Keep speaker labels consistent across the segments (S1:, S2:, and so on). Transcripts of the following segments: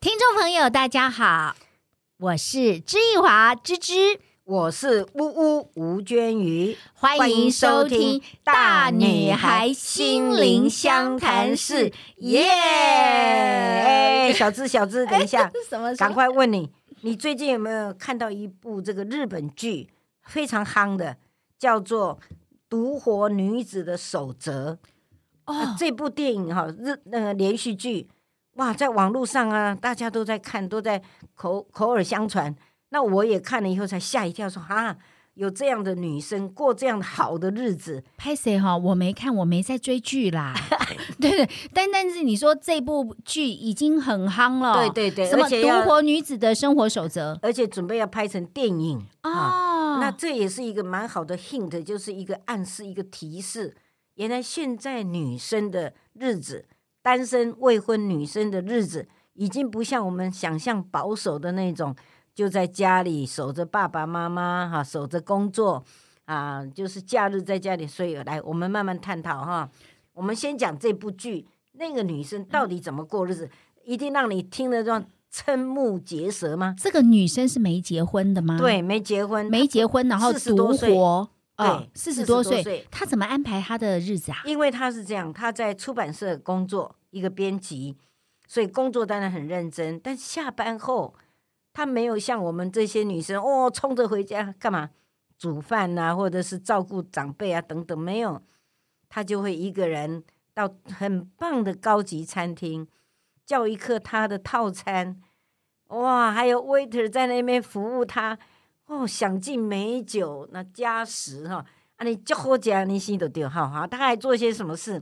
S1: 听众朋友，大家好，我是知易华芝芝，
S2: 我是呜呜吴娟瑜，
S1: 欢迎收听《大女孩心灵相谈室》耶！
S2: 哎小资小 资，等一下，
S1: 是什么？
S2: 赶！快问你，你最近有没有看到一部这个日本剧非常夯的，叫做《独活女子的守则》？啊
S1: 哦，
S2: 这部电影哈、日那个连续剧，哇，在网络上啊，大家都在看，都在口口耳相传。那我也看了以后才吓一跳说，啊，有这样的女生过这样好的日子，
S1: 拍谁哈？我没看，我没在追剧 啦。对对，但但是你说这部剧已经很夯了，
S2: 对对对，
S1: 哦什么
S2: 而
S1: 《
S2: 且
S1: 独
S2: 要
S1: 活女子的生活守则
S2: 而且准备要拍成电影》啊。
S1: 哦，
S2: 那这也是一个蛮好的 hint，就是一个暗示，一个提示。原来现在女生的日子，单身未婚女生的日子，已经不像我们想象保守的那种，就在家里守着爸爸妈妈哈、守着工作啊，就是假日在家里。所以来，我们慢慢探讨哈。我们先讲这部剧，那个女生到底怎么过日子，一定让你听得让瞠目结舌吗？
S1: 这个女生是没结婚的吗？，
S2: 对，没结婚，
S1: 嗯没结婚，然后
S2: 40
S1: 独
S2: 多岁
S1: 活，啊
S2: 对，
S1: 四十多岁，
S2: 岁
S1: 她怎么安排她的日子啊？
S2: 因为他是这样，他在出版社工作，一个编辑，所以工作当然很认真。但下班后，他没有像我们这些女生哦，冲着回家干嘛？煮饭呐、或者是照顾长辈啊等等，没有，他就会一个人到很棒的高级餐厅，叫一客他的套餐，哇，还有 waiter 在那边服务他，哦，享尽美酒，那加食哈、啊，你就好假，你心都丢好哈。他还做些什么事？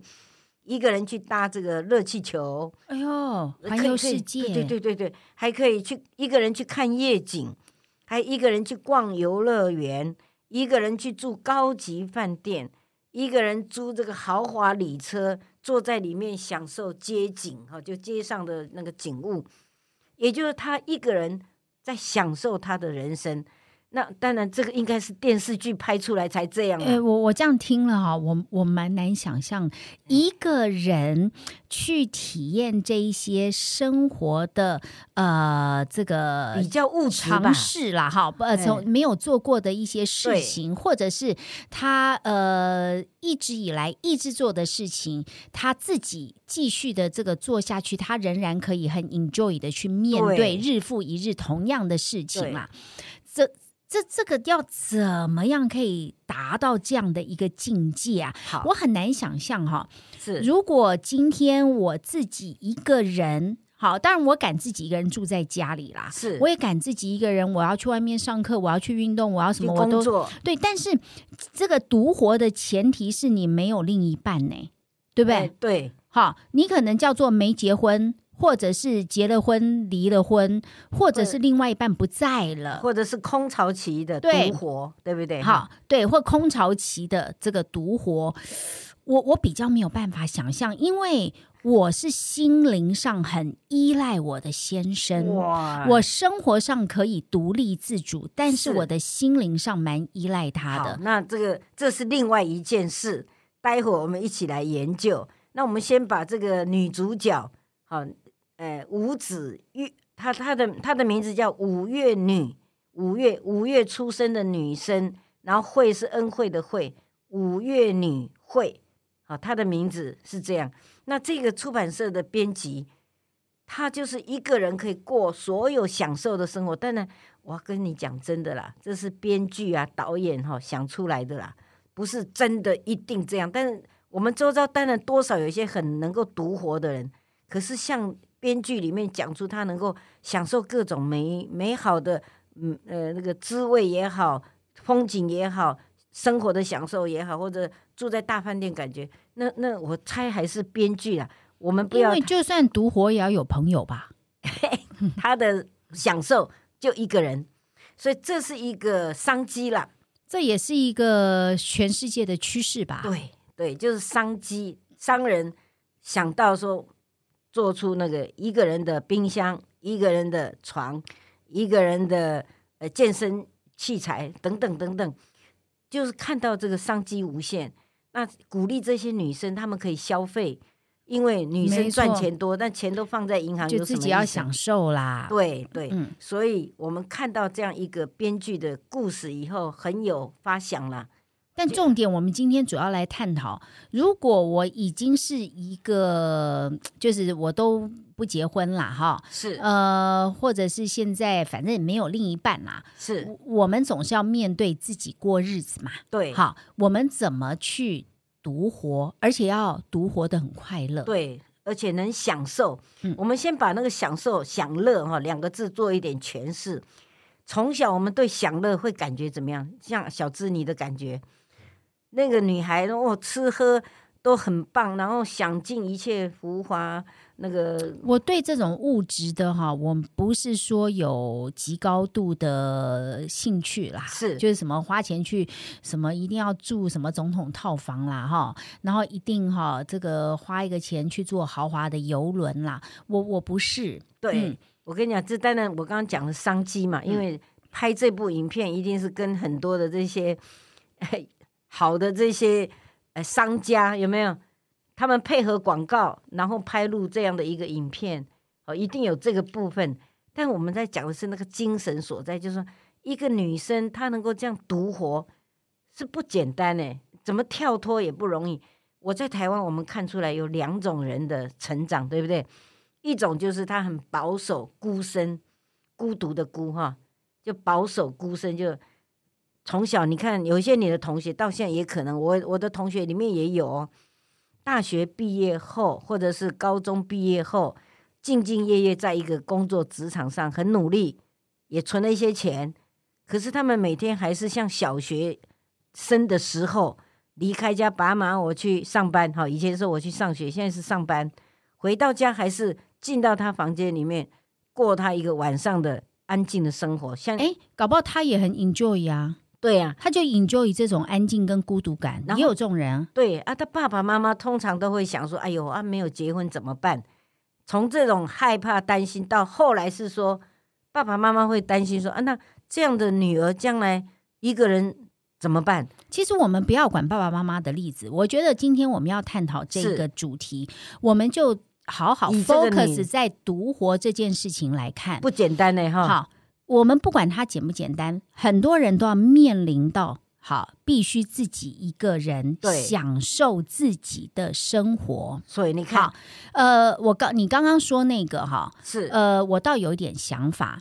S2: 一个人去搭这个热气球，
S1: 哎呦，环
S2: 呃可以
S1: 游
S2: 可以
S1: 世界，
S2: 对对对对，还可以去一个人去看夜景，还一个人去逛游乐园，一个人去住高级饭店，一个人租这个豪华礼车，坐在里面享受街景哈，就街上的那个景物，也就是他一个人在享受他的人生。那当然，这个应该是电视剧拍出来才这样、啊。
S1: 哎、我我这样听了哈，我我蛮难想
S2: 嗯
S1: 象一个人去体验这一些生活的呃这个
S2: 比较务实吧
S1: 尝。试啦哈，不呃
S2: 哎
S1: 从没有做过的一些事
S2: 对
S1: 情，或者是他呃一直以来一直做的事情，他自己继续的这个做下去，他仍然可以很 enjoy 的去面对
S2: 对
S1: 日复一日同样的事情
S2: 对
S1: 嘛。这这这个要怎么样可以达到这样的一个境界啊？
S2: 好，
S1: 我很难想象哈、
S2: 是
S1: 如果今天我自己一个人，好，当然我敢自己一个人住在家里啦，
S2: 是，
S1: 我也敢自己一个人，我要去外面上课，我要去运动，我要什
S2: 去
S1: 么，我
S2: 工
S1: 都
S2: 作，
S1: 对。但是这个独活的前提是你没有另一半呢、对不
S2: 哎
S1: 对？
S2: 对
S1: 好，你可能叫做没结婚，或者是结了婚离了婚，或者
S2: 或
S1: 是另外一半不在了。
S2: 或者是空巢期的独
S1: 呃对
S2: 活，对不对？
S1: 好，对，或空巢期的这个独活，我我比较没有办法想象，因为我是心灵上很依赖我的先生。
S2: 哇，
S1: 嗯我生活上可以独立自主，但是
S2: 是
S1: 我的心灵上蛮依赖他
S2: 好
S1: 的，。
S2: 那这个这是另外一件事，待会儿我们一起来研究。那我们先把这个女主角，好、呃，吴子玉，她她的她的名字叫五月女，五月五月出生的女生，然后慧是恩惠的惠，五月女慧，好、她的名字是这样。那这个出版社的编辑，他就是一个人可以过所有享受的生活。当然，我要跟你讲真的啦，这是编剧啊、导演哈、想出来的啦，不是真的一定这样。但是我们周遭当然多少有一些很能够独活的人，可是像编剧里面讲出他能够享受各种美美好的，嗯呃那个滋味也好，风景也好，生活的享受也好，或者住在大饭店感觉，那那我猜还是编剧啦。我们不
S1: 因
S2: 要
S1: 为就算独活也要有朋友吧。
S2: 他的享受就一个人，所以这是一个商机啦。
S1: 这也是一个全世界的趋势吧？
S2: 对对，就是商机，商人想到说做出那个一个人的冰箱、一个人的床、一个人的呃健身器材等等等等，就是看到这个商机无限，那鼓励这些女生她们可以消费，因为女生
S1: 没
S2: 赚
S1: 错
S2: 钱多，但钱都放在银行，
S1: 就
S2: 有什
S1: 自
S2: 么
S1: 己
S2: 意
S1: 要
S2: 思
S1: 享受啦。
S2: 对对，
S1: 嗯
S2: 所以我们看到这样一个编剧的故事以后，很有发想啦。
S1: 但重点，我们今天主要来探讨，如果我已经是一个，就是我都不结婚啦，哈，
S2: 是
S1: 呃，或者是现在反正也没有另一半啦，
S2: 是，
S1: 我我们总是要面对自己过日子嘛。
S2: 对
S1: 好，我们怎么去独活，而且要独活的很快乐。
S2: 对，而且能享受。
S1: 嗯
S2: 我们先把那个享受、享乐哈两个字做一点诠释。从小我们对享乐会感觉怎么样？像小芝你的感觉，那个女孩哦，吃喝都很棒，然后享尽一切浮华，那个
S1: 我对这种物质的哈，我们不是说有极高度的兴趣啦，
S2: 是
S1: 就是什么花钱去什么一定要住什么总统套房啦哈，然后一定哈这个花一个钱去坐豪华的游轮啦，我我不是，
S2: 对，
S1: 嗯
S2: 我跟你讲，这当然我刚刚讲的商机嘛，因为拍这部影片一定是跟很多的这些、哎好的这些呃商家有没有？他们配合广告，然后拍录这样的一个影片，哦，一定有这个部分。但我们在讲的是那个精神所在，就是说一个女生她能够这样独活是不简单哎，怎么跳脱也不容易。我在台湾，我们看出来有两种人的成长，对不对？一种就是他很保守、孤身、孤独的孤哈，就保守孤身，就从小你看有一些你的同学到现在也可能，我我的同学里面也有哦，大学毕业后或者是高中毕业后，兢兢业业在一个工作职场上很努力，也存了一些钱，可是他们每天还是像小学生的时候离开家，爸妈我去上班哈，以前是我去上学，现在是上班。回到家还是进到他房间里面，过他一个晚上的安静的生活。像
S1: 哎，搞不好他也很 enjoy 啊，
S2: 对呀、啊，
S1: 他就 enjoy 这种安静跟孤独感，
S2: 然后
S1: 也有这种人，
S2: 对啊，他爸爸妈妈通常都会想说：“哎呦啊，没有结婚怎么办？”从这种害怕、担心，到后来是说，爸爸妈妈会担心说：“啊，那这样的女儿将来一个人怎么办
S1: 其实我们不要管爸爸妈妈的例子，我觉得今天我们要探讨这
S2: 是
S1: 个主题，我们就好好
S2: 以这个女
S1: focus 在独活这件事情来？”看。
S2: 不啊简单呢，哈。
S1: 好，我们不管它简不简单，很多人都要面临到好，必须自己一个人
S2: 对
S1: 享受自己的生活。
S2: 所以你看
S1: 好，，呃，我刚你刚刚说那个哈，
S2: 是
S1: 呃，我倒有一点想法。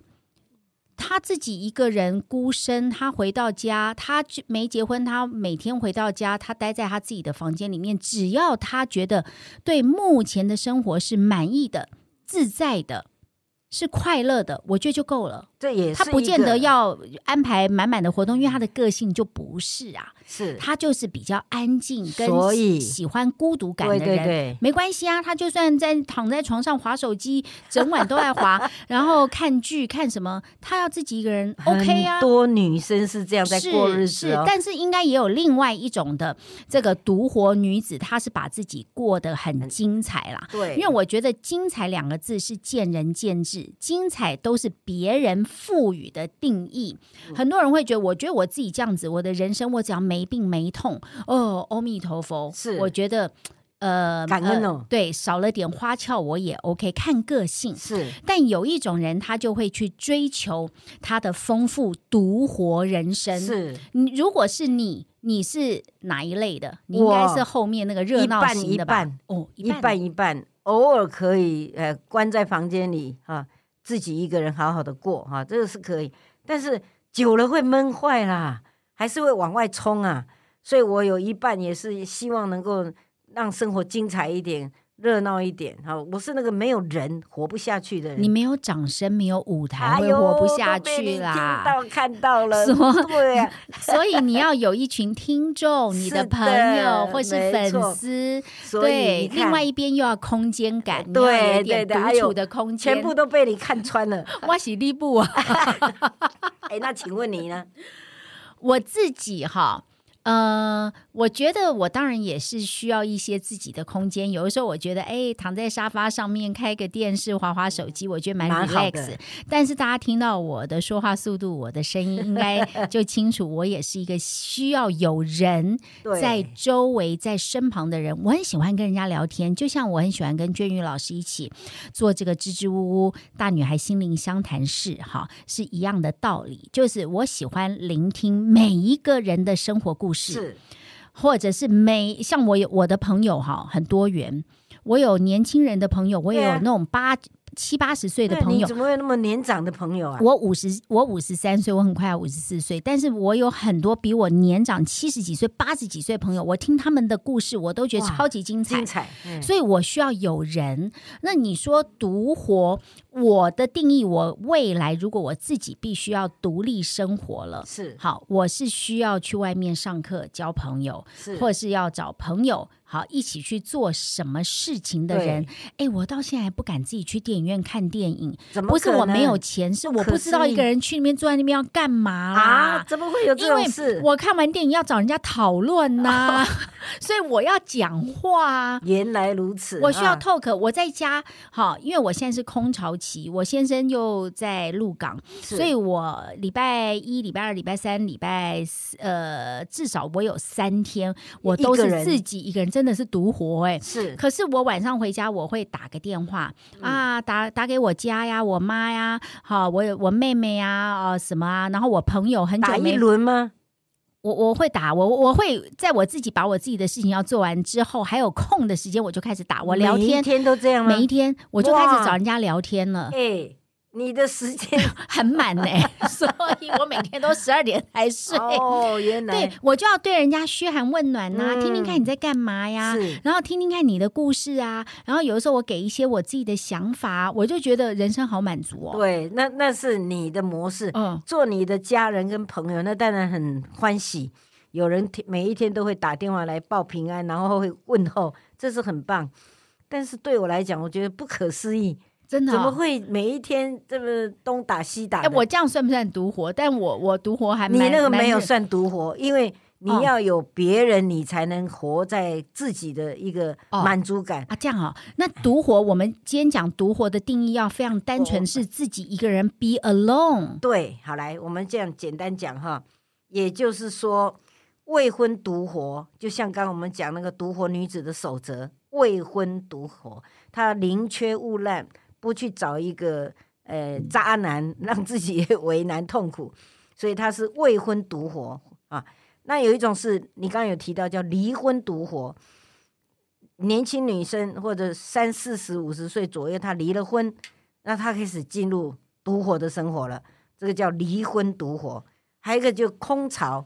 S1: 他自己一个人孤身，他回到家，他就没结婚，他每天回到家，他待在他自己的房间里面，只要他觉得对目前的生活是满意的、自在的、是快乐的，我觉得就够了。
S2: 这也是
S1: 他不
S2: 一
S1: 见得
S2: 个
S1: 要安排满满的活动，因为他的个性就不是啊，
S2: 是，
S1: 他就是比较安静，跟
S2: 所以
S1: 喜喜欢孤独感的
S2: 对
S1: 人。
S2: 对对，
S1: 没关系啊，他就算在躺在床上划手机，整晚都在 划，然后看剧看什么，他要自己一个人 OK 啊
S2: 很。多女生是这样在
S1: 是
S2: 过日
S1: 是
S2: 子哦，，
S1: 但是应该也有另外一种的这个独活女子，她是把自己过得很精彩啦。
S2: 对，
S1: 因为我觉得“精彩”两个字是见仁见智，精彩都是别人赋予的定义。
S2: 嗯
S1: 很多人会觉得，我觉得我自己这样子，我的人生我只要没病没痛，哦，阿弥陀佛，
S2: 是
S1: 我觉得。呃，
S2: 感恩哦
S1: 呃对，少了点花俏我也 OK，看个性。
S2: 是
S1: 但有一种人，他就会去追求他的丰富独活人生。，
S2: 是
S1: 你如果是你，你是哪一类的？你应
S2: 我
S1: 该是后面那个热闹型的吧？
S2: 一半
S1: 哦，
S2: 一
S1: 半
S2: 半一半，偶尔可以呃关在房间里哈、自己一个人好好的过哈、这个是可以，但是久了会闷坏啦，还是会往外冲啊。所以我有一半也是希望能够让生活精彩一点、热闹一点哈、我是那个没有人活不下去的人，
S1: 你没有掌声，没有舞台，
S2: 哎
S1: 会
S2: 呦
S1: 活不下
S2: 都被你
S1: 去
S2: 听
S1: 啦。
S2: 到看到 了，
S1: 什么
S2: 对啊，
S1: 所以你要有一群听众，你的
S2: 是的
S1: 朋友或是
S2: 没错
S1: 粉丝，
S2: 所以
S1: 对，
S2: 你
S1: 另外
S2: 看，呃
S1: 一边又要空间感，你
S2: 对
S1: 要有一
S2: 对
S1: 点
S2: 对
S1: 独
S2: 还有
S1: 处的空间。
S2: 全部都被你看穿了。
S1: 我喜力布啊，
S2: 哎，那请问你呢？
S1: 我自己哈。呃，我觉得我当然也是需要一些自己的空间。有的时候我觉得，哎，躺在沙发上面开个电视，划划手机，我觉得蛮
S2: 蛮好
S1: relax
S2: 的
S1: 的。但是大家听到我的说话速度，我的声音，应该就清楚，我也是一个需要有人
S2: 对，
S1: 在周围、在身旁的人，我很喜欢跟人家聊天，就像我很喜欢跟娟玉老师一起做这个支支吾吾大女孩心灵相谈室，哈，是一样的道理。就是我喜欢聆听每一个人的生活故事，
S2: 是
S1: 或者是每像我有我的朋友哈，很多元，我有年轻人的朋友，我也
S2: 对
S1: 有
S2: 啊
S1: 那种八七八十岁的
S2: 对
S1: 朋
S2: 你
S1: 友，
S2: 怎么会有那么年长的朋友啊？
S1: 我五十，我五十三岁，我很快要五十四岁，但是我有很多比我年长七十几岁、八十几岁的朋友，我听他们的故事，我都觉得
S2: 哇
S1: 超级精彩
S2: 精。彩，嗯
S1: 所以我需要有人。那你说独活，我的定义，我未来如果我自己必须要独立生活了，
S2: 是
S1: 好，我是需要去外面上课、交朋友，
S2: 是
S1: 或者是要找朋友好一起去做什么事情的人。哎，我到现在还不敢自己去电影院看电影，
S2: 怎么
S1: 不是
S2: 可
S1: 我没有
S2: 能
S1: 钱，是我
S2: 可
S1: 不知道
S2: 是
S1: 一个人去那边坐在那边要干嘛
S2: 啊？
S1: 啦。
S2: 怎么会有这
S1: 因为
S2: 种事？
S1: 我看完电影要找人家讨论呐、 所以我要讲话啊。
S2: 原来如此，
S1: 我需要
S2: 啊
S1: talk，我在家好，因为我现在是空巢期，我先生又在鹿港，
S2: 是
S1: 所以我礼拜一、礼拜二、礼拜三、礼拜四，呃，至少我有三天我
S2: 一
S1: 都
S2: 个
S1: 是
S2: 人
S1: 自己一个人，真的是独活哎、
S2: 是
S1: 可是我晚上回家，我会打个电话、
S2: 嗯
S1: 啊，打打给我家呀，我妈呀，好，我有我妹妹呀，啊、什么啊，然后我朋友很
S2: 打
S1: 久
S2: 一
S1: 没，
S2: 轮吗？
S1: 我我会打，我我会在我自己把我自己的事情要做完之后，还有空的时间，我就开始打，我聊
S2: 每一
S1: 天，
S2: 天都这样吗？
S1: 每一天我就开始
S2: 哇
S1: 找人家聊天了，
S2: 哎，你的 时间
S1: 很满呢、所以我每天都十二点才睡。
S2: 哦，原来
S1: 对，我就要对人家嘘寒问暖呐、
S2: 嗯
S1: 听听看你在干嘛呀，
S2: 是
S1: 然后听听看你的故事啊，然后有的时候我给一些我自己的想法，啊我就觉得人生好满足哦。
S2: 对，那那是你的模式，
S1: 嗯，
S2: 做你的家人跟朋友，那当然很欢喜。有人天每一天都会打电话来报平安，然后会问候，这是很棒。但是对我来讲，我觉得不可思议，
S1: 真的、
S2: 怎么
S1: 哦。
S2: 会每一天这么东打西打
S1: 哎，
S2: 的？
S1: 我这样算不算独活？但我我独活还
S2: 你
S1: 蛮
S2: 那个
S1: 蛮
S2: 没有算独活，因为你
S1: 哦
S2: 要有别人，你才能活在自己的一个
S1: 哦
S2: 满足感。
S1: 啊，这样哦。那独活，我们今天讲独活的定义要非常单 纯，
S2: 哦
S1: 是自己一个人 be alone。
S2: 对，好来，我们这样简单讲哈，也就是说，未婚独活，就像刚刚我们讲那个独活女子的守则，未婚独活，她宁缺毋滥，不去找一个呃渣男， 让自己也为难痛苦，所以她是未婚独活啊。那有一种是你刚刚有提到叫离婚独活，年轻女生或者三四十、五十岁左右，她离了婚，那她开始进入独活的生活了，这个叫离婚独活。还有一个就空巢，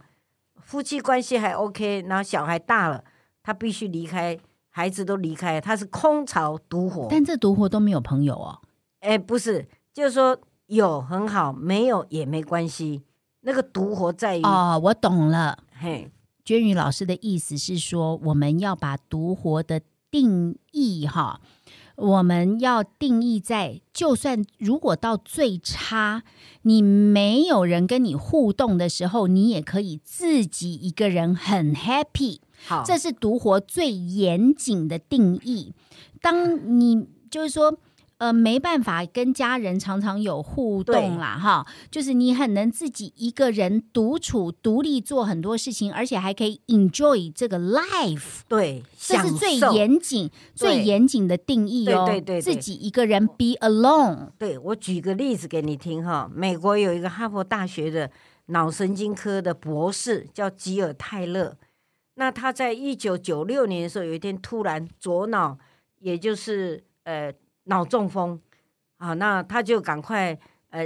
S2: 夫妻关系还 OK，然后小孩大了，她必须离开，孩子都离开，她是空巢独活。
S1: 但这独活都没有朋友哦。
S2: 哎，不是，就是说有很好，没有也没关系。那个独活在于，
S1: 哦，我懂了。
S2: 嘿，
S1: 娟宇老师的意思是说，我们要把独活的定义哈，我们要定义在，就算如果到最差，你没有人跟你互动的时候，你也可以自己一个人很 happy。
S2: 好，
S1: 这是独活最严谨的定义。当你就是说。呃，没办法跟家人常常有互动啦，哈，就是你很能自己一个人独处、独立做很多事情，而且还可以 enjoy 这个 life，
S2: 对，
S1: 这
S2: 享
S1: 是最
S2: 受
S1: 严谨、
S2: 对
S1: 最严谨的定义哦。
S2: 对对对对
S1: 自己一个人 be alone，
S2: 对我举个例子给你听哈，美国有一个哈佛大学的脑神经科的博士叫吉尔泰勒，那他在一九九六年的时候，有一天突然左脑，也就是呃脑中风啊，那他就赶快呃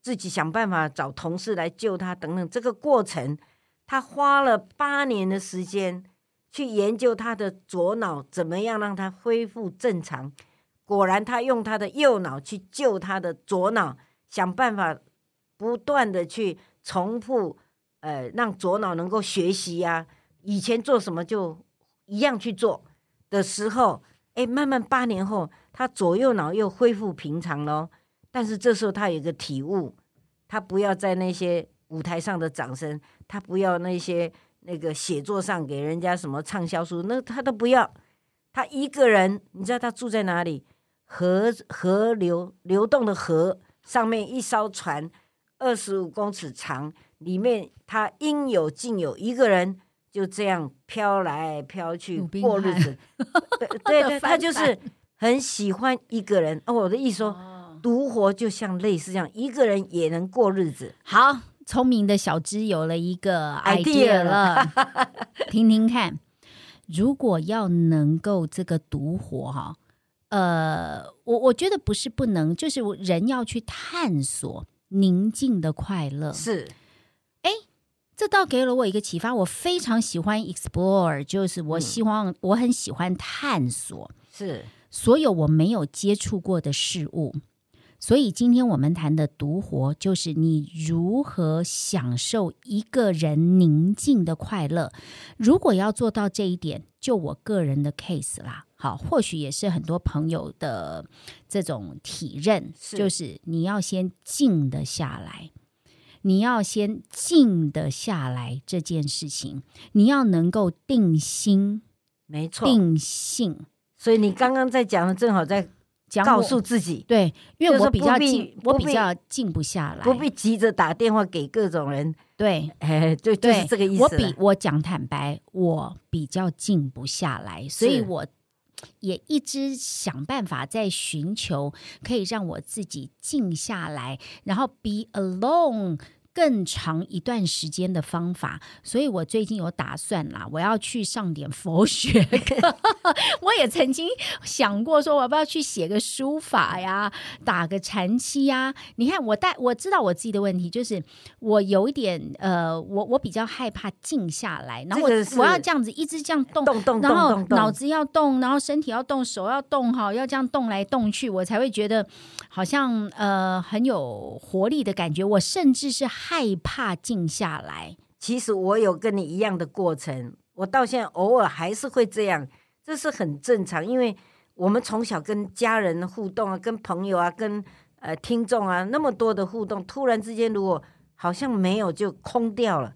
S2: 自己想办法找同事来救他等等。这个过程，他花了八年的时间去研究他的左脑怎么样让它恢复正常。果然，他用他的右脑去救他的左脑，想办法不断的去重复，呃，让左脑能够学习呀、以前做什么就一样去做的时候，哎，慢慢八年后，他左右脑又恢复平常喽。但是这时候他有一个体悟，他不要在那些舞台上的掌声，他不要那些那个写作上给人家什么畅销书，那他都不要。他一个人，你知道他住在哪里？河河流流动的河上面一艘船，二十五公尺长，里面他应有尽有，一个人就这样飘来飘去
S1: 鲁滨
S2: 过日
S1: 汉
S2: 子。 对对
S1: 的
S2: 对，
S1: 翻
S2: 他就是
S1: 版
S2: 很喜欢一个人。哦，我的意思说，独活就像类似这样，一个人也能过日子。
S1: 好，聪明的小芝有了一个 idea
S2: idea
S1: 了，听听看。如果要能够这个独活哈，呃，我我觉得不是不能，就是我人要去探索宁静的快乐。
S2: 是，
S1: 这倒给了我一个启发，我非常喜欢 explore，就是我
S2: 嗯
S1: 希望、我很喜欢探索。
S2: 是，
S1: 所有我没有接触过的事物。所以今天我们谈的独活，就是你如何享受一个人宁静的快乐。如果要做到这一点，就我个人的 case 啦，好，或许也是很多朋友的这种体认，
S2: 是
S1: 就是你要先静得下来。你要先静得下来这件事情，你要能够定心、
S2: 没错。
S1: 定性。
S2: 所以你刚刚在讲的，正好在
S1: 讲我
S2: 告诉自己，
S1: 对，因为
S2: 就是
S1: 我比较
S2: 不必
S1: 静，我
S2: 不
S1: 比
S2: 必
S1: 较静不下来，
S2: 不必急着打电话给各种人，
S1: 对
S2: 哎，就就
S1: 对，
S2: 是这个意
S1: 我
S2: 思
S1: 比
S2: 了。
S1: 我讲坦白，我比较静不下来，所以
S2: 是
S1: 我也一直想办法在寻求可以让我自己静下来，然后 be alone。更长一段时间的方法，所以我最近有打算啦，我要去上点佛学课。 我也曾经想过说，我要不要去写个书法呀，打个禅七呀？你看，我带我知道我自己的问题，就是我有一点呃，我我比较害怕静下来，然后我、
S2: 这个是
S1: 我要这样子一直这样动，
S2: 动动
S1: 然
S2: 动
S1: 后
S2: 动
S1: 脑
S2: 动，
S1: 子要动，然后身体要动，手要动，哈，要这样动来动去，我才会觉得好像呃很有活力的感觉。我甚至是害怕静下来，
S2: 其实我有跟你一样的过程，我到现在偶尔还是会这样，这是很正常，因为我们从小跟家人互动啊，跟朋友啊，跟呃听众啊那么多的互动，突然之间如果好像没有就空掉了，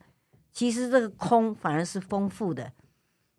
S2: 其实这个空反而是丰富的，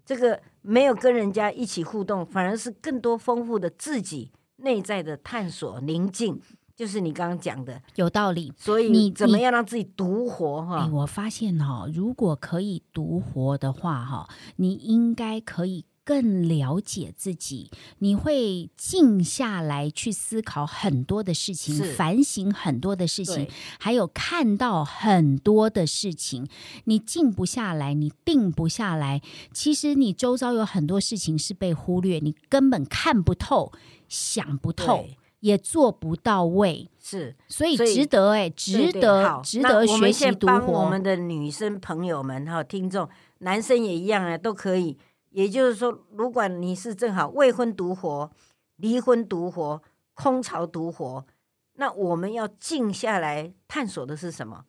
S2: 这个没有跟人家一起互动，反而是更多丰富的自己内在的探索宁静，就是你刚刚讲的，
S1: 有道理。
S2: 所
S1: 你
S2: 以怎么
S1: 你
S2: 样让自己独活哈、
S1: 哎，我发现哈、如果可以独活的话哈、你应该可以更了解自己，你会静下来去思考很多的事情，
S2: 是
S1: 反省很多的事情
S2: 对，
S1: 还有看到很多的事情。你静不下来，你定不下来，其实你周遭有很多事情是被忽略，你根本看不透、想不透，
S2: 对
S1: 也做不到位。
S2: 是。
S1: 所以
S2: 所以
S1: 值得哎、值
S2: 对对
S1: 得
S2: 好
S1: 值
S2: 那
S1: 得
S2: 我
S1: 学
S2: 们
S1: 习
S2: 现在
S1: 独
S2: 帮
S1: 活。
S2: 我们的女生朋友们哈，听众男生也一样啊，都可以。也就是说，如果你是正好未婚独活、离婚独活、空巢独活，那我们要静下来探索的是什么？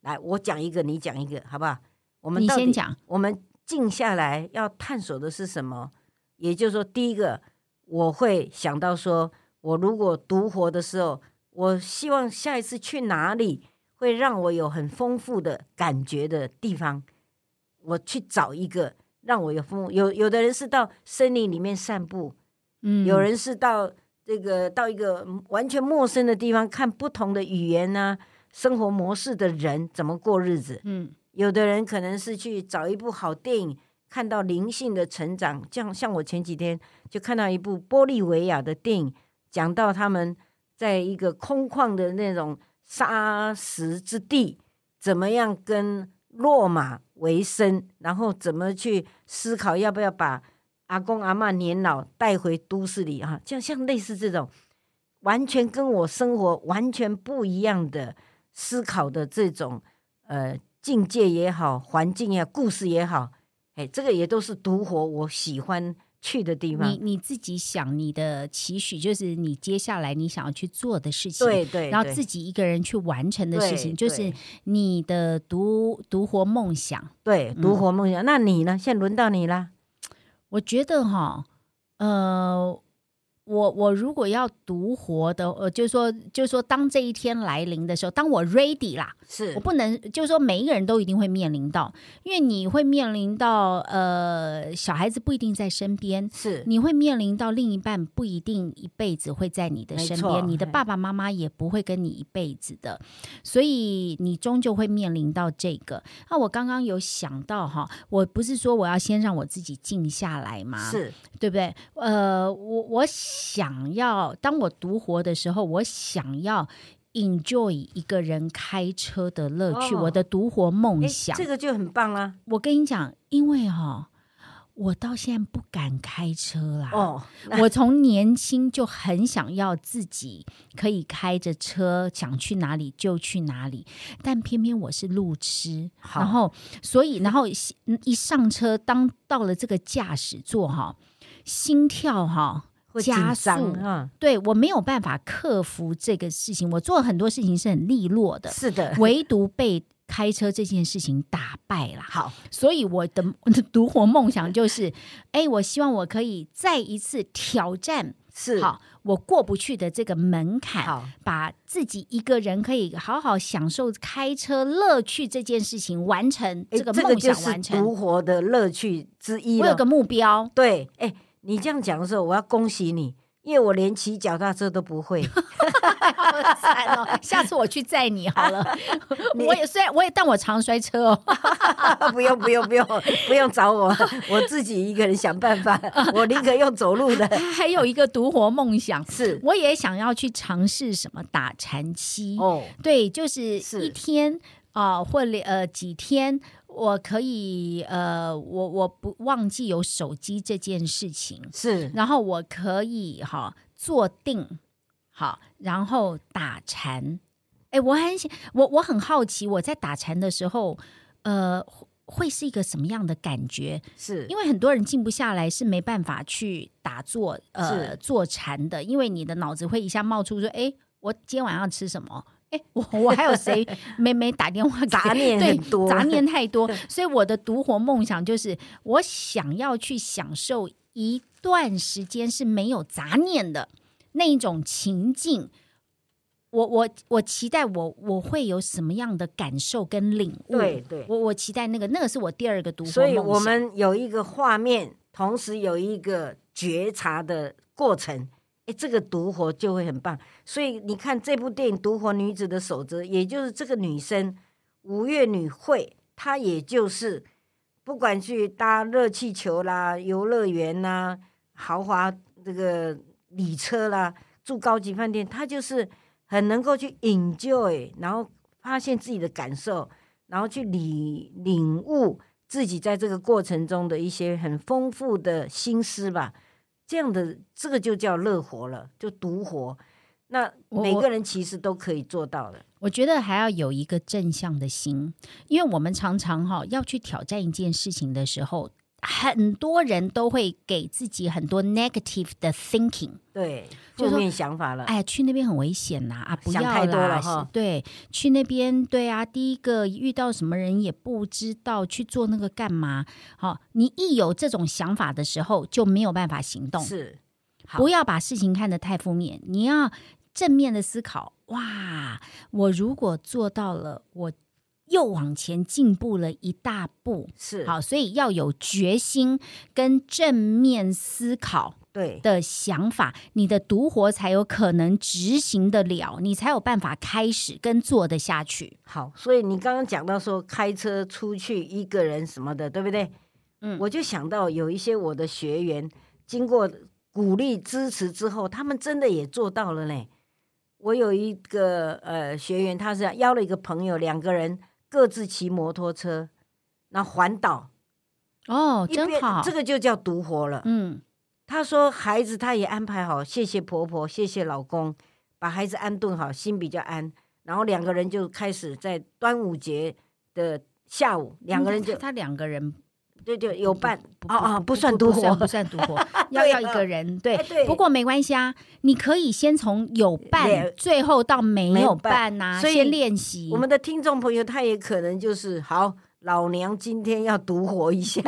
S2: 来，我讲一个，你讲一个，好不好？我们
S1: 你
S2: 到底
S1: 先讲。
S2: 我们静下来要探索的是什么？也就是说，第一个我会想到说，我如果独活的时候，我希望下一次去哪里会让我有很丰富的感觉的地方，我去找一个让我有丰有有的人是到森林里面散步，
S1: 嗯
S2: 有人是到这个到一个嗯完全陌生的地方看不同的语言呐、生活模式的人怎么过日子，
S1: 嗯
S2: 有的人可能是去找一部好电影，看到灵性的成长。像像我前几天就看到一部玻利维亚的电影，讲到他们在一个空旷的那种沙石之地，怎么样跟落马为生，然后怎么去思考要不要把阿公阿嬷年老带回都市里啊，像像类似这种完全跟我生活完全不一样的思考的这种呃境界也好，环境也好，故事也好，哎，这个也都是独活我喜欢去的地
S1: 你
S2: 方。
S1: 你自己想你的期许，就是你接下来你想要去做的事情，
S2: 对对，
S1: 然后
S2: 对
S1: 自己一个人去完成的事情，
S2: 对
S1: 就是你的独独活梦想。
S2: 对
S1: 嗯
S2: 独活梦想。那你呢？现在轮到你啦。
S1: 我觉得哈，呃，我我如果要独活的，呃，就是说，就是说，当这一天来临的时候，当我 ready 啦，
S2: 是
S1: 我不能，就是说，每一个人都一定会面临到，因为你会面临到，呃，小孩子不一定在身边，
S2: 是
S1: 你会面临到另一半不一定一辈子会在你的身
S2: 没错
S1: 边，你的
S2: 嘿
S1: 爸爸妈妈也不会跟你一辈子的，所以你终究会面临到这个。那我刚刚有想到哈，我不是说我要先让我自己静下来吗？，
S2: 是
S1: 对不对？呃，我我想要当我独活的时候，我想要 enjoy 一个人开车的乐趣，
S2: 哦
S1: 我的独活梦
S2: 诶
S1: 想。
S2: 这个就很棒啊。
S1: 我跟你讲，因为哈、我到现在不敢开车啦。
S2: 哦，
S1: 我从年轻就很想要自己可以开着车，想去哪里就去哪里，但偏偏我是路痴，
S2: 好
S1: 然后所以然后一一上车，当到了这个驾驶座哈，心跳哈。
S2: 会紧
S1: 加
S2: 张
S1: 速
S2: 啊，
S1: 对我没有办法克服这个事情，我做很多事情是很利落的，
S2: 是的，
S1: 唯独被开车这件事情打败啦。
S2: 好，
S1: 所以我的我的独活梦想就是，哎，我希望我可以再一次挑战
S2: 是
S1: 好，我过不去的这个门槛，
S2: 好
S1: 把自己一个人可以好好享受开车乐趣这件事情完成，
S2: 诶
S1: 这个
S2: 哎这个
S1: 梦
S2: 就
S1: 想
S2: 是
S1: 完成。
S2: 独活的乐趣之一
S1: 我有
S2: 了。
S1: 个目标，
S2: 对，哎，你这样讲的时候，我要恭喜你，因为我连骑脚踏车都不会。
S1: 好
S2: 啊
S1: 惨哦！ 下次我去载你好了。
S2: 你
S1: 我也虽然我也，但我常摔车哦。
S2: 不用不用不用不用找我， 我自己一个人想办 法，我宁可用走路的。
S1: 还有一个独活梦想，
S2: 是
S1: 我也想要去尝试什么打禅七。
S2: 哦，
S1: 对，就是
S2: 是
S1: 一天啊、或两呃几天，我可以呃，我我不忘记有手机这件事情，
S2: 是
S1: 然后我可以哈、坐定好，然后打禅。哎，我很想，我我很好奇，我在打禅的时候，呃，会会是一个什么样的感觉？
S2: 是
S1: 因为很多人静不下来是没办法去打坐呃
S2: 是
S1: 坐禅的，因为你的脑子会一下冒出说，哎，我今天晚上要吃什么？哎，我我还有谁 没没打电话给？
S2: 杂念
S1: 对
S2: 很多，
S1: 杂念太多，所以我的独活梦想就是我想要去享受一段时间是没有杂念的那一种情境。我我我期待我我会有什么样的感受跟领悟？
S2: 对对。
S1: 我我期待那个那个是我第二个嗯独活
S2: 所
S1: 梦
S2: 以
S1: 想。
S2: 我们有一个画面，同时有一个觉察的过程。哎，这个独活就会很棒。所以你看这部电影《独活女子的守则》，也就是这个女生五月女会，她也就是不管去搭热气球啦、游乐园啦、豪华这个礼车啦、住高级饭店，她就是很能够去 enjoy，然后发现自己的感受，然后去理领悟自己在这个过程中的一些很丰富的心思吧。这样的这个就叫乐活了，就独活。那
S1: 我
S2: 每
S1: 我
S2: 个人其实都可以做到的，
S1: 我觉得还要有一个正向的心，因为我们常常哈、要去挑战一件事情的时候，很多人都会给自己很多 negative 的 thinking，
S2: 对，
S1: 就是
S2: 负
S1: 说
S2: 面想 法了。
S1: 哎，去那边很危险呐、啊，不要啦
S2: 想太多了哈
S1: 是对，去那边对啊，第一个遇到什么人也不知道，去做那个干嘛？好、你一有这种想法的时候，就没有办法行动。
S2: 是，好
S1: 不要把事情看得太负面，你要正面的思考。哇，我如果做到了，我又往前进步了一大步。
S2: 是，
S1: 好，所以要有决心跟正面思考
S2: 对，
S1: 的想法，你的独活才有可能执行得了，你才有办法开始跟做得下去。
S2: 好。所以你刚刚讲到说开车出去一个人什么的，对不对？
S1: 嗯
S2: 我就想到有一些我的学员经过鼓励支持之后，他们真的也做到了嘞。我有一个呃学员，他是邀了一个朋友，两个人各自骑摩托车，那环岛，
S1: 哦，
S2: 一
S1: 真
S2: 边
S1: 好
S2: 这，个就叫独活了。
S1: 嗯，
S2: 她说孩子她也安排好，谢谢婆婆，谢谢老公，把孩子安顿好，心比较安。然后两个人就开始在端午节的下午，两个人就
S1: 嗯他他两个人
S2: 对对有伴
S1: 不
S2: 哦嗯哦，不算独
S1: 不
S2: 活，
S1: 算独 活，要
S2: 对
S1: 要一
S2: 啊
S1: 个人对
S2: 哎对。
S1: 不过没关系啊，你可以先从有伴
S2: 也，
S1: 最后到没
S2: 没
S1: 有
S2: 伴
S1: 伴呐，
S2: 所以
S1: 先练习
S2: 我。们的听众朋友他也可能就是好。老娘今天要独 活一下，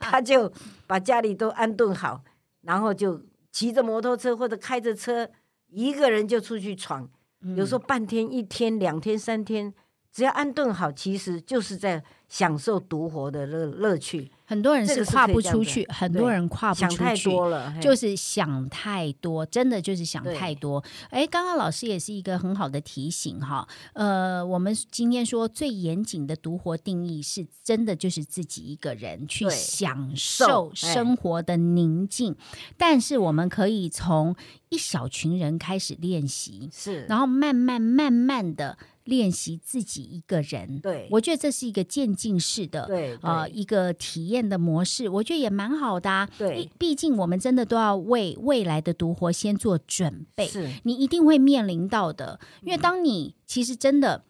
S2: 他就把家里都安顿好，然后就骑着摩托车或者开着车，一个人就出去闯，
S1: 嗯
S2: 有时候半天、一天、两天、三天，只要安顿好，其实就是在享受独活的乐乐趣。
S1: 很多人
S2: 这
S1: 是
S2: 个是
S1: 跨
S2: 可以
S1: 不
S2: 这
S1: 出
S2: 样子
S1: 去，很
S2: 对
S1: 多人跨不
S2: 想
S1: 出
S2: 太
S1: 去。
S2: 多了，嘿
S1: 就是想太多，真的就是想太多。哎，刚刚老师也是一个很好的提醒哈。呃，我们今天说最严谨的独活定义，是真的就是自己一个人去
S2: 对
S1: 享受
S2: 受哎
S1: 生活的宁静。但是我们可以从一小群人开始练习，
S2: 是，
S1: 然后慢慢慢慢的练习自己一个人。
S2: 对，
S1: 我觉得这是一个渐进式的。
S2: 对
S1: 呃，一个体验的模式，我觉得也蛮好的、啊。
S2: 对
S1: 毕毕竟我们真的都要为未来的独活先做准
S2: 对
S1: 备，
S2: 是嗯
S1: 你一定会面临到的。因为当你其实真的，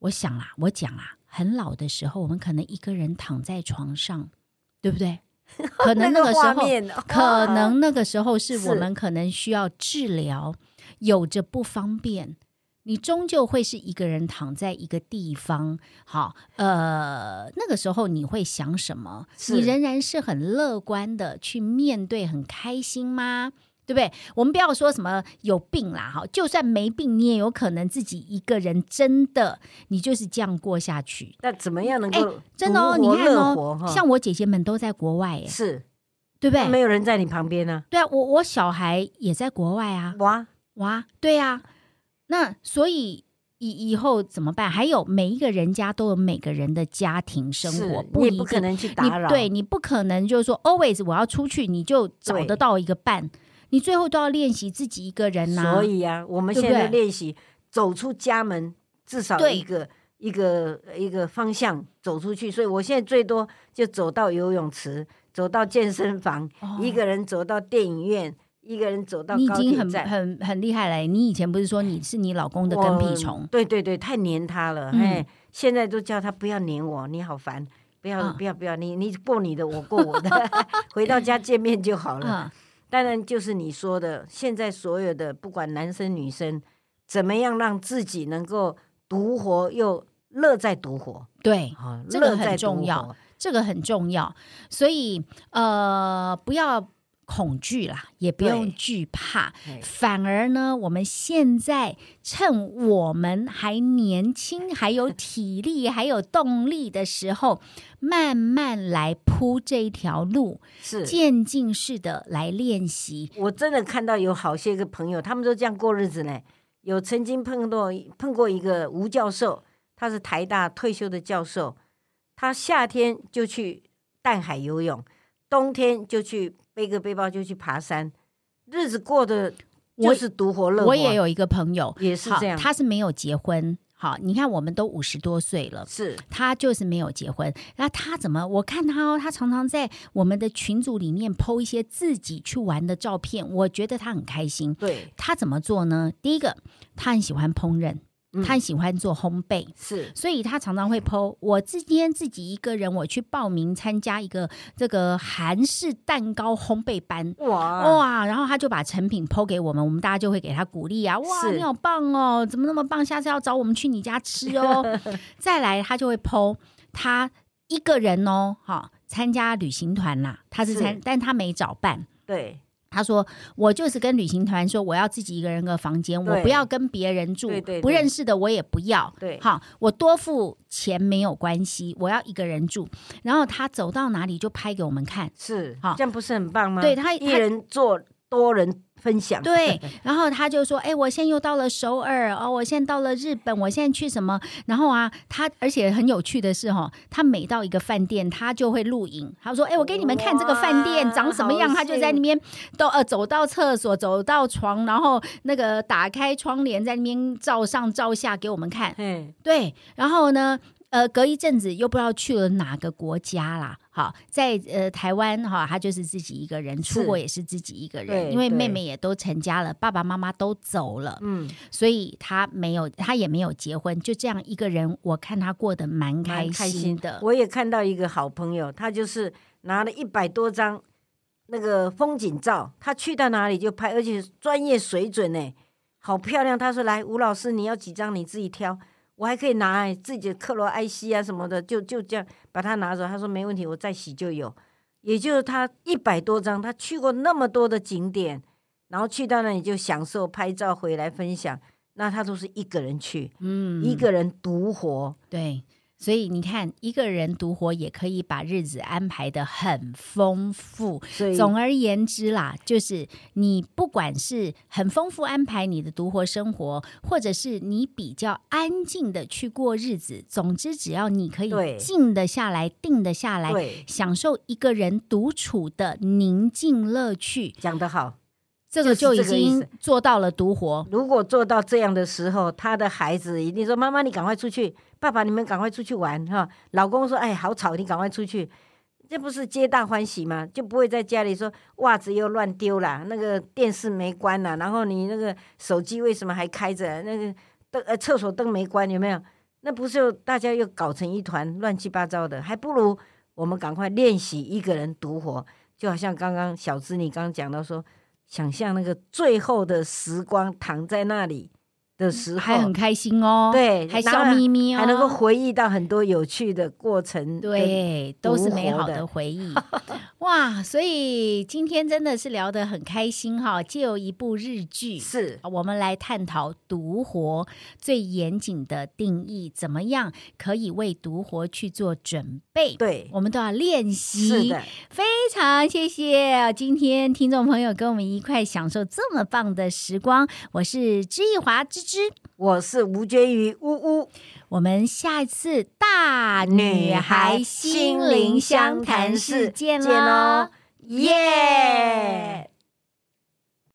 S1: 我想啊，我讲啊，很老的时候，我们可能一个人躺在床上，对不 对？可能那
S2: 那
S1: 个时
S2: 画
S1: 候，
S2: 面，
S1: 可
S2: 哇
S1: 能那个时候是
S2: 是
S1: 我们可能需要治疗，有着不方便，你终究会是一个人躺在一个地方。好，呃，那个时候你会想什么？
S2: 是
S1: 你仍然是很乐观的去面对，很开心吗？对不对？我们不要说什么有病啦，哈，就算没病，你也有可能自己一个人真的，你就是这样过下去。
S2: 那怎么样能够
S1: 真的哦，
S2: 独
S1: 你
S2: 活
S1: 看
S2: 乐活
S1: 哦
S2: 哈，
S1: 像我姐姐们都在国外，耶，
S2: 是
S1: 对不对？
S2: 没有人在你旁边呢？
S1: 对啊，我我小孩也在国外啊，
S2: 哇，
S1: 哇，对啊，那所以以以后怎么办？还有每一个人家都有每个人的家庭生
S2: 是
S1: 活，
S2: 你
S1: 一
S2: 也不可
S1: 定
S2: 能去
S1: 你
S2: 打扰，
S1: 对，你不可能就是说 always 我要出去，你就找
S2: 对
S1: 得到一个伴，你最后都要练习自己一个人呐、
S2: 所以啊，我们
S1: 对不
S2: 现在
S1: 对
S2: 练习走出家门，至少
S1: 对
S2: 一个一个一个方向走出去。所以我现在最多就走到游泳池，走到健身房，
S1: 哦
S2: 一个人走到电影院，一个人走到
S1: 你已
S2: 高
S1: 经
S2: 铁
S1: 很
S2: 站。
S1: 很很厉害了。欸你以前不是说你是你老公的跟屁虫
S2: 我，对对对，太黏他了，
S1: 嗯
S2: 哎、现在都叫他不要黏我，你好烦，不要、
S1: 啊
S2: 不要不要，你你过你的，我过 我的，回到家见面就好了。
S1: 嗯，
S2: 当然就是你说的，现在所有的不管男生女生，怎么样让自己能够独活又乐在独活
S1: 对，
S2: 啊，
S1: 嗯这个
S2: 乐在
S1: 很重
S2: 独活
S1: 要，这个很重要。所以呃，不要恐惧啦，也不用
S2: 对
S1: 惧怕。
S2: 哎
S1: 反而呢，我们现在趁我们还年轻、还有体力、还有动力的时候，慢慢来铺这一条路，
S2: 是。
S1: 渐进式的来练习。
S2: 我真的看到有好些个朋友，他们都这样过日子呢。有曾经碰到碰过一个吴教授，他是台大退休的教授，他夏天就去淡海游泳，冬天就去背个背包就去爬山，日子过得
S1: 我
S2: 就是独活乐活，
S1: 我也有一个朋友，
S2: 也是
S1: 好
S2: 这样，
S1: 他是没有结婚。好，你看我们都五十多岁了。
S2: 是
S1: 他就是没有结婚，然后他怎么？我看他哦，他常常在我们的群组里面 PO 一些自己去玩的照片，我觉得他很开心。
S2: 对，
S1: 他怎么做呢？第一个，他很喜欢烹饪，
S2: 嗯
S1: 他很喜欢做烘焙，
S2: 是
S1: 所以他常常会 PO。我今天自己一个人，我去报名参加一个这个韩式蛋糕烘焙班。
S2: 哇
S1: 哇！然后他就把成品 PO 给我们，我们大家就会给他鼓励啊！哇，
S2: 是
S1: 你好棒哦，怎么那么棒？下次要找我们去你家吃 哦。再来，他就会 PO 他一个人哦，哈、参加旅行团啦，他是参，
S2: 是
S1: 但他没找伴，
S2: 对
S1: 他说：“我就是跟旅行团说，我要自己一个人个房间，
S2: 对
S1: 我不要跟别人住
S2: 对对对，
S1: 不认识的我也不要。
S2: 对
S1: 好，我多付钱没有关系，我要一个人住。然后他走到哪里就拍给我们看，
S2: 是
S1: 好，
S2: 这样不是很棒吗？
S1: 对他
S2: 嗯一
S1: 他
S2: 人做多人分享，
S1: 对，然后他就说：‘哎，我现在又到了首尔哦，我现在到了日本，我现在去什么？’然后啊，他而且很有趣的是哦，他每到一个饭店，他就会录影。他说：‘哎，我给你们看这个饭店
S2: 哇
S1: 长什么样。’
S2: 好
S1: 他就在那边都呃走到厕所，走到床，然后那个打开窗帘，在那边照上照下给我们看。
S2: 嘿，
S1: 对，然后呢，呃，隔一阵子又不知道去了哪个国家啦。好，在呃台湾哈，他就是自己一个人，出
S2: 是
S1: 国也是自己一个人，
S2: 对
S1: 因为
S2: 对
S1: 妹妹也都成家了，爸爸妈妈都走了，
S2: 嗯，
S1: 所以他没有，他也没有结婚，就这样一个人，我看他过得蛮
S2: 蛮
S1: 开
S2: 开
S1: 心
S2: 心
S1: 的。
S2: 我也看到一个好朋友，他就是拿了一百多张那个风景照，他去到哪里就拍，而且专业水准呢，好漂亮。他说：“来，吴老师，你要几张你自己挑。”我还可以拿哎自己的克罗埃西啊什么的，就就这样把它拿走。他说没问题，我再洗就有。也就是他一百多张，他去过那么多的景点，然后去到那里就享受拍照回来分享，那他都是一个人去，
S1: 嗯，
S2: 一个人独活，
S1: 对，所以你看，一个人独活也可以把日子安排的很丰富。
S2: 所以
S1: 总而言之啦，就是你不管是很丰富安排你的独活生活，或者是你比较安静的去过日子，总之只要你可以
S2: 对
S1: 静得下来、定得下来，
S2: 对
S1: 享受一个人独处的宁静乐趣，
S2: 讲得好。
S1: 这个就
S2: 就
S1: 已
S2: 是这个意
S1: 经
S2: 思
S1: 做到了独活。
S2: 如果做到这样的时候，他的孩子一定说：“妈妈，你赶快出去；爸爸，你们赶快出去玩。”哈，老公说：“哎，好吵，你赶快出去。”这不是皆大欢喜吗？就不会在家里说袜子又乱丢啦，那个电视没关啦，然后你那个手机为什么还开着？那个灯呃厕所灯没关，有没有？那不是又大家又搞成一团乱七八糟的，还不如我们赶快练习一个人独活，就好像刚刚小芝你刚刚讲到说，想象那个最后的时光躺在那里的时
S1: 嗯还
S2: 候
S1: 很，开心哦，
S2: 对
S1: 还
S2: 然后
S1: 笑眯眯哦，
S2: 还能够回忆到很多有趣的过程。，
S1: 对，都是美好
S2: 独活
S1: 的
S2: 的
S1: 回忆哇！所以今天真的是聊得很开心哈，借由一部日剧。
S2: 是
S1: 我们来探讨独活最严谨的定义，怎么样可以为独活去做准备？
S2: 对，
S1: 我们都要练习。
S2: 是的，
S1: 非常谢谢今天听众朋友跟我们一块享受这么棒的时光。我是知易华芝芝，
S2: 我是吴娟瑜，呜呜。
S1: 我们下一次大女孩心灵相谈室见喽！
S2: 耶！